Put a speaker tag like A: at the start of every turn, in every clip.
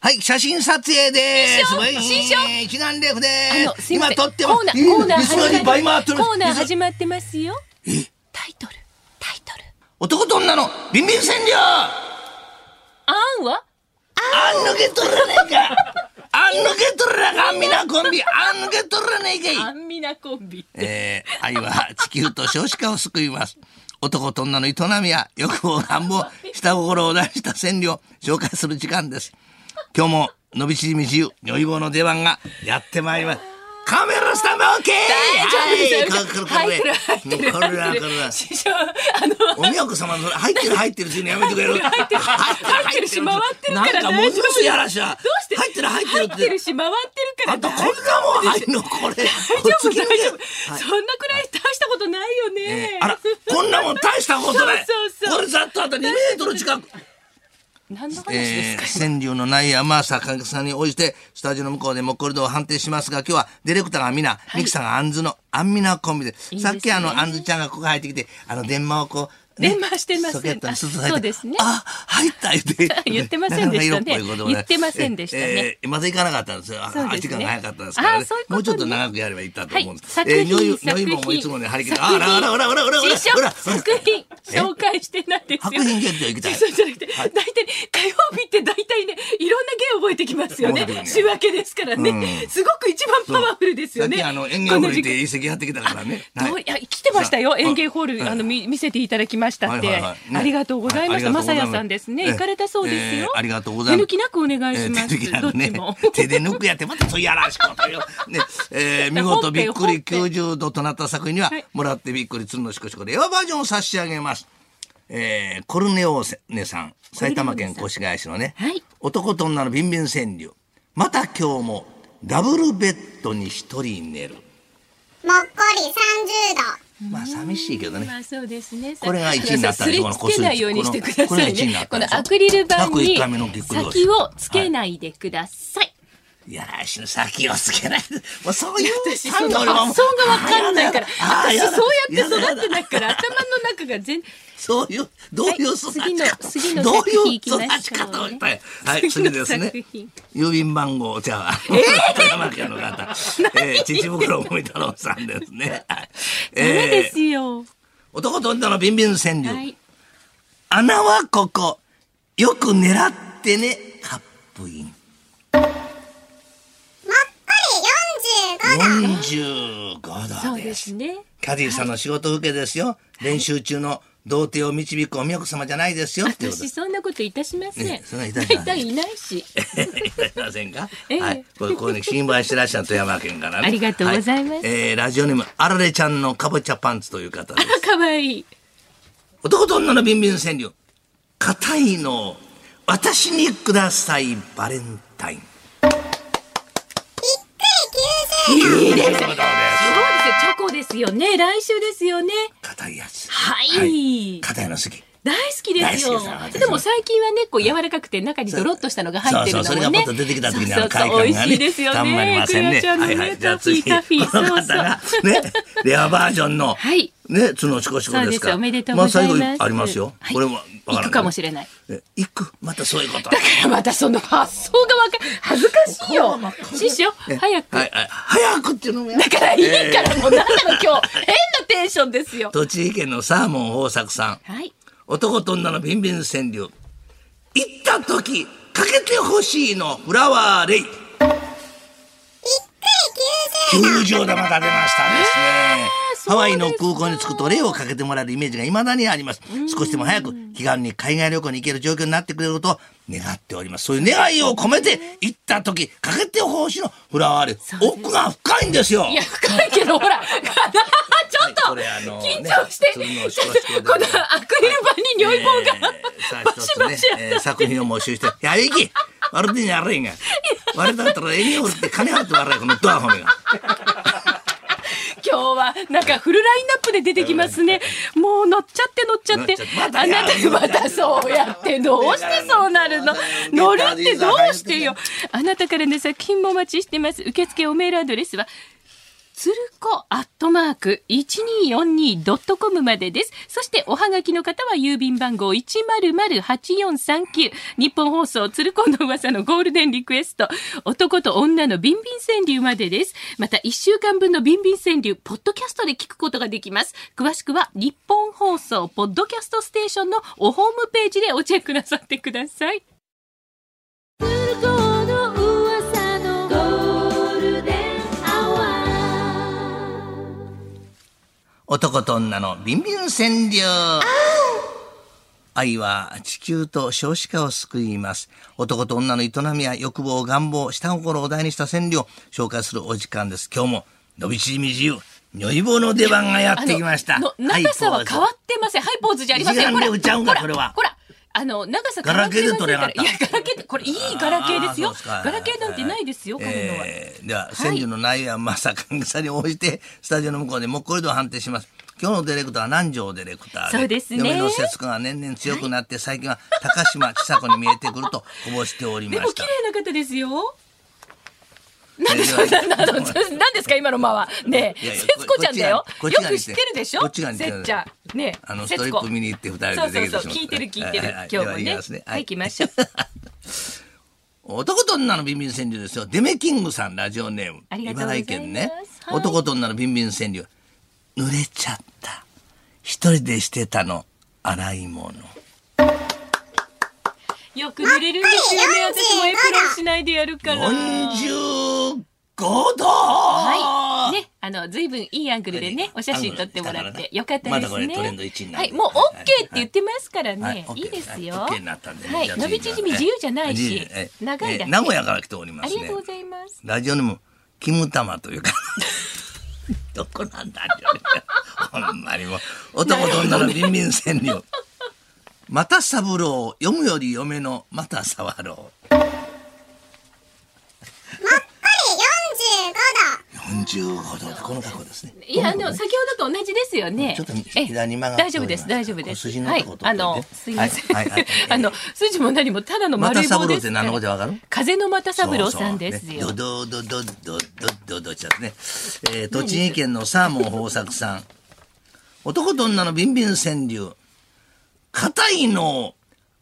A: はい、写真撮影です。
B: 師匠
A: はい
B: 師匠
A: 一眼レフで
B: あの、
A: す。
B: すいま
A: 今
B: せん。
A: 撮って
B: コ
A: ます
B: ーナ。ー、
A: え
B: コーナー
A: いつの間に倍回ってる。
B: コーナー
A: いつ
B: 始まってますよ。タイトル、タイトル。
A: 男と女のビンビン占領
B: あんは
A: あん抜けとらねえかあん抜けとらなあかんみなコンビあん抜けとらねえかい
B: アンミナコンビ。
A: えー、愛は地球と少子化を救います。男と女の営みや欲望乱暴、下心を出した占領、紹介する時間です。今日も、伸び縮み自由、如意棒の出番がやってまいります。カメラスタンバイ
B: 大
A: OK!
B: 丈夫ですよ。
A: は
B: 入
A: い、
B: って
A: こ
B: る、
A: れ
B: 入って
A: これ。
B: る。
A: これだ、
B: 入って
A: こ
B: る
A: れだ。
B: 師匠、あの、
A: おみやこ様のそれ入ってる入ってるっていうのやめてくれる。入ってる入
B: ってるし回ってるから
A: なんかもう少しやらしゃ。ど
B: して
A: 入ってる入
B: 入
A: っ
B: ってて
A: るって
B: る。し、回ってるか
A: あ
B: ら。
A: んたこんな
B: 大丈
A: もん入んのこれ。大
B: 夫、大丈夫。そんなくらい大したことないよ
A: え
B: ね
A: ー。あら、こんなもん大したことない。
B: そうそうそう
A: これざっとあと2メートル近く。
B: 何の話
A: え
B: で
A: ー、
B: すか
A: 川柳のない山下観客さんに応じて、スタジオの向こうでもっこり度を判定しますが、今日はディレクターがみな、ミキさんがアンズのアンミナコンビで、
B: いいです
A: さ
B: ね
A: っきあの、アンズちゃんがここ入ってきて、あの、電話をこう、
B: 電話してません
A: ソケットにスッと入って
B: あそうですね
A: あ、入った言って。
B: 言ってませんでしたね
A: なかなか色っぽいことも
B: 言ってませんでしたね
A: えーまだ行かなかったんですよ。あ
B: そうですね
A: 時間が早かったですからね
B: あそういうことね
A: もうちょっと長くやればいったと思うんです。
B: はい、作
A: にょい
B: 品、
A: にょ
B: 作
A: いぼん
B: 品。
A: もいつもね、張り切って、
B: 作
A: あ
B: 品
A: らあらあらあらあらあらあら
B: 師匠
A: あら
B: 作品紹介してないですよ。
A: 白品検定行きたい
B: そうじゃなくて、大体、火曜日って大体ね、いろんな芸覚えてきますよね
A: そうだよ。ね
B: 仕分けですからね。すごく一番パワフルです
A: さ
B: よ
A: っ
B: ね。
A: きあの園芸ホール
B: この時
A: に
B: 間
A: て遺跡やってきたからね。
B: どういや来てましたよ
A: さあ
B: 園芸ホールあの
A: はい
B: 見見せていただきましたって、
A: はいはいはいね
B: ありがとうございました
A: はいありがとう
B: ま
A: ござ
B: さ
A: いま
B: や
A: す
B: さんですね、
A: ええ
B: 行かれたそうですよ、
A: ええありがとうございます
B: 手抜きなくお願い
A: え
B: し
A: ー
B: ます、
A: 手抜きな
B: ど
A: く
B: っち
A: ね
B: も
A: 手で抜くやってまたそうやらしいことよ。ね、え ー見事びっくり90度となった作品には
B: はい
A: もらってびっくり鶴のしこしこでエアバージョンを差し上げます。えーコルネオーネさん埼玉県越谷市のね、
B: はい
A: 男と女のビンビン川柳また今日もダブルベッドに一人寝る
C: もっこり30度。
A: まあ寂しいけどね
B: まあそうですね。
A: これが一位になった
B: す
A: ん
B: れ
A: でしょ
B: つけないようにしてくだ
A: これ
B: さ
A: が
B: い
A: 一位にな
B: ね
A: っ。た
B: こ
A: んで
B: の
A: しょ
B: アクリル板
A: 101
B: に
A: 回目のぎっくり腰
B: 先をつけないでください。
A: いやらしい先をつけないもうそういう
B: 私その発想がわかんないから、私そうやって育ってないから頭の中が全
A: そういう、どういう育ち方、
B: はい次の次の
A: どう
B: 作
A: いう
B: 品
A: 育
B: 行きましょうね
A: ち方をしたい。はい、
B: 次の
A: 次ですね
B: 作品。
A: 郵便番号、じゃあ、えー、山家の方、えー、父袋森太郎さんで すね。はい
B: ダメで
A: え
B: す
A: ー、
B: よ。
A: 男と女のビンビン川柳、
B: はい。
A: 穴はここ、よく狙ってね、カップイン。
C: もっこり45度。
A: 45
B: そ
A: 度
B: う
A: で。
B: ですすね。
A: キャディーさんの仕事受けですよ、練習中の童貞を導くおみよこ様じゃないですよっていうこ
B: 私
A: と
B: そんなこといたしません。
A: ねそんないた
B: 大
A: しません
B: 体いないし。
A: い たしませんか、
B: ええ
A: はいこれこうね心配してらっしゃる富山県からね
B: ありがとうございます
A: はえーラジオネームあられちゃんのかぼちゃパンツという方です
B: あ可愛い。
A: 男と女のビンビン川柳硬いのを私にくださいバレンタイン
C: びっくり90度。
A: いいですそうです
B: そうですよ。チョコですよね。来週ですよね。
A: 硬いやつ
B: はい
A: 硬いの好き
B: 大好きですよ
A: 大好きです
B: で
A: よ
B: も最近はねこう柔らかくて中にドロッとしたのが入ってるのも
A: そう
B: ね
A: そうそれがポッと出てきた時にあの
B: そうそう
A: 快
B: そう
A: 感
B: 美
A: が
B: 味しいです
A: ね
B: よ
A: たまり
B: ね
A: ません
B: ク
A: ね
B: ヨちゃんの
A: は
B: ね、
A: いはいじゃあ
B: タフィー
A: 次
B: タフィー
A: こ の
B: そう
A: 方
B: そう
A: がねレアバージョン の
B: はい
A: ね角シコシコですか
B: そ
A: ら
B: うですおめでとうございます
A: あ最後ありますよ
B: はい
A: これもわからな
B: 行
A: い
B: くかもしれない
A: え行くまたそういうこと
B: だからまたその発想がわか恥ずかしいよ師匠
A: え
B: 早く、
A: はいはい早くっていうのもや
B: だからいいからもうなんなの今日変なテンションですよ
A: 栃木県のサーモン豊作さん
B: はい
A: 男と女のビンビン川柳行った時かけてほしいのフラワーレイ球場玉が出ましたですね、
B: ー
A: ハワイの空港に着くとレイをかけてもらえるイメージが未だにあります少しでも早く気軽に海外旅行に行ける状況になってくれることを願っておりますそういう願いを込めて行った時かけてほしいのフラワーレイ奥が深いんですよ
B: いや深いけど ほら ちょっと
A: はいこれあの
B: 緊
A: ね
B: 張して、
A: 鶴の
B: ち
A: シ
B: ょ
A: コ
B: っ
A: シコで
B: と このアクリル板に尿意棒が、
A: えーさあ
B: バ
A: 一
B: シ
A: つ
B: バ
A: ね
B: シやっ、
A: えー作品を募集して、やるき、悪手にやれんが。悪手だったら、えにおるって金払って笑え、このドアホメが。
B: 今日はなんかフルラインナップで出てきますね。もう乗っちゃって乗っちゃって。
A: 乗っちゃ
B: あ
A: って
B: なたまたそうやってどうしてそうなるの乗るってどうしてよ。あなたからの作品もお待ちしてます。受付おメールアドレスはつるこアットマーク 1242.com までです。そしておはがきの方は郵便番号100-8439。日本放送つるこの噂のゴールデンリクエスト。男と女のビンビン川柳までです。また1週間分のビンビン川柳、ポッドキャストで聞くことができます。詳しくは日本放送ポッドキャストステーションのおホームページでおチェックなさってください。
A: 男と女のビンビン川柳愛は地球と少子化を救います。男と女の営みや欲望、願望、下心を題にした川柳を紹介するお時間です。今日も、伸び縮み自由、如意棒の出番がやってきました。
B: あのの長さは変わ
A: っ
B: ってません。はい、ポーズじゃありません。
A: 一眼
B: ほ
A: で
B: ら
A: 打ち合うん
B: ほ
A: だ
B: ら
A: これは
B: ほら。あの、長さ変わってませんから。
A: ガラケーで撮れやがった
B: いや、ガラケーって、これいいガラケーですよ。ガラケーなんてないですよ、こういうのは。
A: えーでは、川柳の内容はまさかさに応じて、スタジオの向こうでもっこりと判定します。今日のディレクターは南條ディレクター
B: そうですね
A: 嫁の節子が年々強くなって、最近は高島ちさ子に見えてくるとこぼしておりま
B: で
A: した。
B: も綺麗な方ですよ。
A: なんでそ
B: ななのなんですか今の間は。ねえ、
A: いやいや
B: 節子ちゃんだよ。
A: こ
B: よ
A: っちがこっち
B: く知
A: が
B: ってるでしょ。
A: こっちが似てる
B: せっちゃん。ねえ、
A: あのス
B: 節子
A: トリップ見に行って二人でできてしま
B: そ
A: っ
B: う
A: た
B: そうそう。聞いてる聞いてる。
A: はいは
B: 今
A: い
B: 日も
A: では言い
B: ね
A: ますね。はい
B: はい、行きましょう。
A: 男と女のビンビン川柳ですよ。デメキングさんラジオネーム。
B: ありがとうございます
A: 茨城県ね。
B: はい
A: 男と女のビンビン川柳。濡れちゃった。一人でしてたの。洗い物。
B: よく濡れるんですよね。
C: やっぱり
B: 私もエプロンしないでやるから。
A: 四十五度。
B: はい。
A: は。
B: ね、あの、ずいぶんいいアングルでね、お写真撮ってもらって、よかったですね。
A: まだこれトレンド一位にな
B: は
A: る
B: い、もう OK って言ってますから
A: は
B: ね。いいですよ。
A: オッケーになったんで。
B: はい
A: じゃあ
B: 伸び縮み自由じゃないし
A: ええええ
B: 長いだけ
A: ええ名古屋から来ておりま
B: あ
A: す
B: り
A: ね
B: がとうございます。
A: ラジオネーム、キムタマというか、 どこなんだよ。ほんまにもう、男と女のビンビン川柳。また三郎、読むより嫁のまた沢郎。
C: 45
A: 45度でこの格好ですね。
B: いや、あの、先ほどと同じですよね。
A: ちょっと
B: ええ
A: 左に曲がってお
B: 大
A: ります
B: 丈夫です、大丈夫で
A: こう
B: す。
A: 筋の
B: は
A: と
B: い
A: こ取っ、といて
B: あの、すいません。
A: はいはいはい
B: あの、筋も何もただの丸い
A: 又
B: 棒
A: 三郎
B: で
A: っ
B: す
A: て
B: から。
A: 何のことでわかる
B: 風の又三郎さんですよ。
A: そうそうねドドドドドドドドちゃんね。えー、栃木県のサーモン豊作さん。男と女のビンビン川柳。硬いのを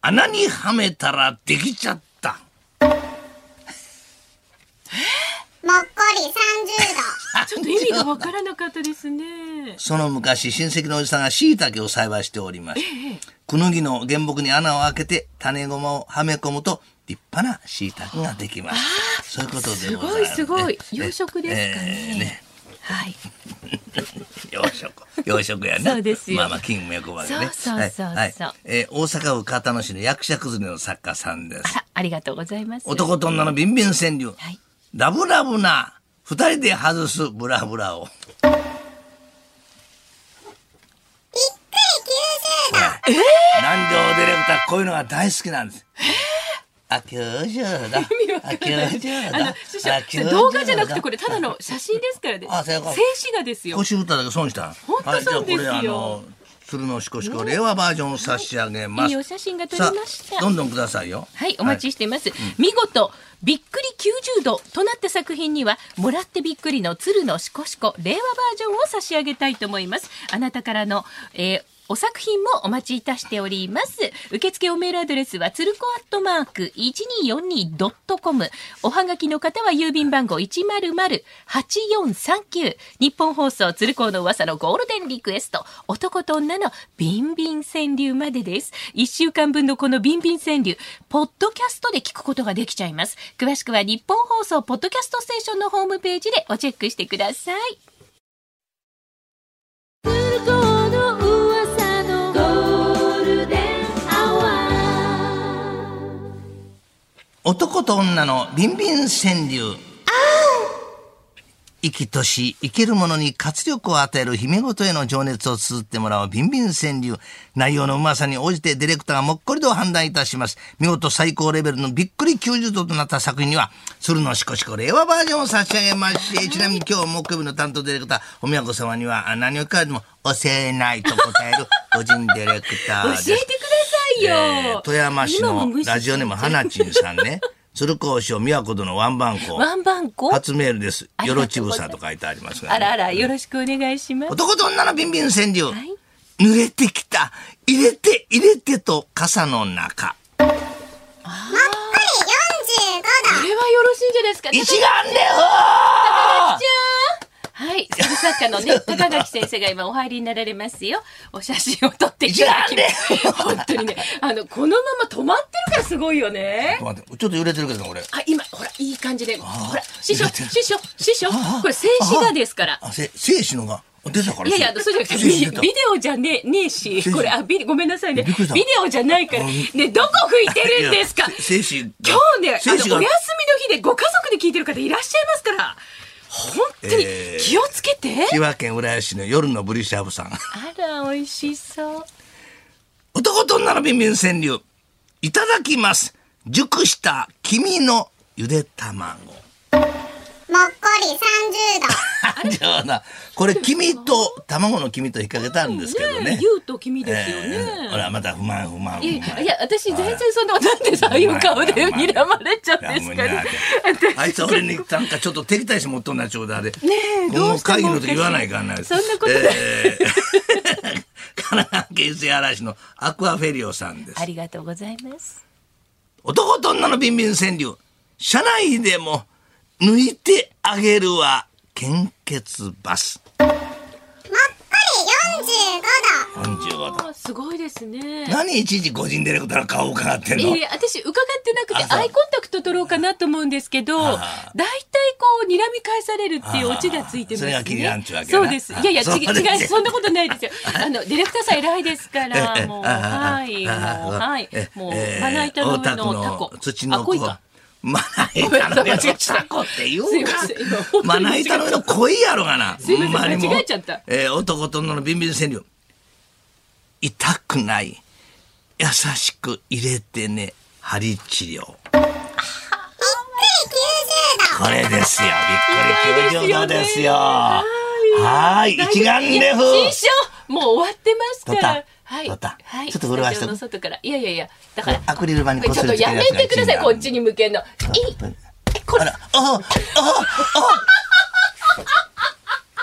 A: 穴にはめたらできちゃった。
C: 度もっこり30度
B: ちょっと意味がわからなかったですね。
A: その昔、親戚のおじさんが椎茸を栽培しておりました。くぬぎの原木に穴を開けて種ごまをはめ込むと立派な椎茸ができます。そういうことでございます。
B: すごい
A: ね
B: すごい養殖ですかね
A: えーね
B: はい。
A: 養 殖養殖やね
B: そうですよ
A: まあまあ金脈までね
B: そうそうそうそう
A: はいはいえー大阪府片野市の役者崩れの作家さんで
B: あ
A: す
B: らありがとうございます。
A: 男と女のビンビン川柳、
B: はい。
A: ラブラブな二人で外すブラブラを
C: びっくり90度
A: 南條ディレクターこういうのが大好きなんですあ90だあ
B: 意味わからない
A: 90
B: あ
A: だ
B: の
A: あ、
B: 師匠、
A: 90
B: 動画じゃなくて、
A: だ
B: これただの写真ですからね。
A: あそ
B: 静
A: ういうこと
B: 止画ですよ。
A: 腰振っただけ損した
B: 本当そうですよ
A: はい、じゃあこれあの鶴のしこしこ令和バージョンを差し上げます、
B: いいお写真が撮れました
A: さあどんどんくださいよ
B: はい、お待ちしています。見事、びっくり90度となった作品には、もらってびっくりの鶴のしこしこ令和バージョンを差し上げたいと思います。あなたからの、えーお作品もお待ちいたしております。受付おメールアドレスは、つるこアットマーク 1242.com。おはがきの方は郵便番号100-8439。日本放送、鶴光の噂のゴールデンリクエスト。男と女のビンビン川柳までです。1週間分のこのビンビン川柳、ポッドキャストで聞くことができちゃいます。詳しくは日本放送、ポッドキャストステーションのホームページでおチェックしてください。
A: 男と女のビンビン川柳生きとし生けるものに活力を与える姫ごとへの情熱を綴ってもらうビンビン川柳内容のうまさに応じてディレクターがもっこりと判断いたします見事最高レベルのびっくり90度となった作品には鶴のしこしこ令和バージョンを差し上げますしちなみに今日木曜日の担当ディレクターおみやこ様にはあ何を聞かれても教えないと答える個人デ ィレクターです
B: 教えてくださいよ。
A: えー富山市のラジオネームはなちんさんね鶴光師匠宮古殿ワンバンコ
B: ワンバンコ
A: 初メールです
B: あり
A: よ
B: がとうございます
A: ろちぶさと書いてありますが、
B: あらあら、よろしくお願いします。
A: 男と女のビンビン川柳、
B: い
A: 濡れてきた入れて入れてと傘の中
C: もっこり
B: こ
C: 45度。
B: れはよろしいんじゃないですか。
A: 一眼レフ
B: はい、作作家のね、高垣先生が今お入りになられますよ。お写真を撮っていただきます。本当にね、あの、このまま止まってるからすごいよね。
A: 待ってちょっと揺れてるけどな俺
B: あ、今、ほら、いい感じで、ほら、師匠、
A: 揺れてる
B: 師匠、師匠、
A: ああ
B: これ静止画ですから。
A: あせ生死のが出たから
B: いやいや、あのそうじゃなくて、
A: 静止
B: ビ
A: 出た
B: ビデオじゃねえ、ねえし、
A: 止
B: これ、あ、ビデ、ごめんなさいね。
A: びっくりした
B: ビデオじゃないから、ね、どこ吹いてるんですか
A: いやせ生死が
B: 今日ね、あの
A: 生
B: お休
A: 死
B: みの
A: が
B: 日でご家族で聞いてる方いらっしゃいますから、本当に
A: えー
B: 気をつけて。
A: 千葉県浦安市の夜のブリシャブさん
B: あら、美味しそう。
A: 男と女のビンビン川柳いただきます熟した君のゆで卵
C: もっこり30度。
A: 冗談これ君と卵の君と引っ掛けたんですけどね
B: ねえ言うと君ですよ
A: えーほ
B: ね。
A: らまた不満不満不
B: いや
A: 満
B: いや、私全然そんな、なんでさ、ああいう顔で睨まれちゃうんですか
A: いや
B: ね。
A: もうなあいつ俺になんかちょっと敵対して持っとんなちょうだいあれ。ね
B: えどうしても
A: 会議の時言わないかんな。
B: そんなことない
A: え ー神奈川県伊勢原市のアクアフェリオさんです
B: あ。りがとうございます。
A: 男と女のビンビン川柳。車内でも抜いてあげるは献血バス。
C: もっこり45度。
A: 45度。
B: あすごいですね。
A: 何いちいち個人ディレクターの顔を伺ってん
B: いや
A: の
B: いや私伺ってなく
A: あ
B: て
A: そう
B: アイコンタクト取ろうかなと思うんですけど大体
A: あ
B: こう睨み返されるっていうオチがついてますね
A: それが気になるっちゅうわけや
B: そ
A: な
B: うですいやいや
A: あそう
B: ち
A: で
B: 違
A: すね
B: うそんなことないですよあのディレクターさん偉いですか
A: え
B: ら
A: え
B: もう
A: ああ
B: はいもう
A: ああ
B: はい
A: え
B: もう
A: え
B: まな板の上のタ
A: 大田
B: コ
A: 区の土の
B: あこい
A: 子
B: か
A: まな板の上のタコって言う
B: すいま
A: か
B: せん今本当に
A: まな板の上の恋やろがな
B: すいません
A: ほまにもう
B: 間違えちゃった
A: えー男と女のビンビン川柳痛くない優しく入れてね針治療これですよびっくり90度ですよはい一眼レフ
B: いや師匠もう終わってますか
A: 撮っ
B: ら
A: た
B: はい
A: 撮った
B: はい
A: ちょっと震わし
B: スタジオ
A: とく
B: の外からいやいやいやだから
A: アクリル板に
B: ちょ
A: こす
B: っ
A: り
B: と
A: つけ
B: や
A: るや
B: め
A: つが
B: てくださいこっち
A: に
B: に向けんのいいこ
A: あ
B: れ
A: ら、ああ、あ あ。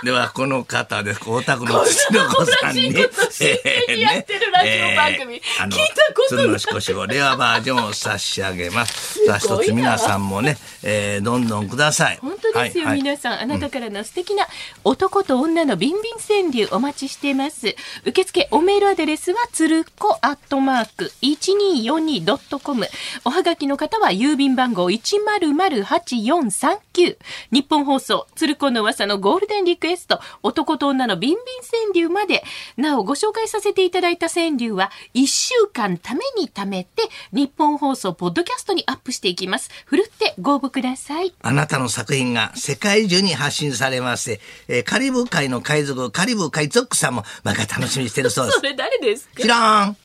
A: では、この方です。大田区の土の子さんに。
B: こんなこと真剣にやってるラジオ番組
A: あの
B: 聞いたことない
A: 鶴のしこしをレアバージョンを差し上げます。さあ、一つ皆さんもね、えー、どんどんください。
B: 本当ですよ、
A: はいはい
B: 皆さんあなたからの素敵な男と女のビンビン川柳お待ちしています受付おメールアドレスはつるこアットマーク 1242.com おはがきの方は郵便番号1008439日本放送つるこの噂のゴールデンリクエスト男と女のビンビン川柳までなおご紹介させていただいた川柳は1週間ために貯めて日本放送ポッドキャストにアップしていきますふるってご応募ください
A: あなたの作品が世界中に発信されまして、えーカリブ海の海賊、カリブ海賊さんも、また楽しみにしてるそうで
B: そ
A: す。
B: れ誰ですか
A: 知らん。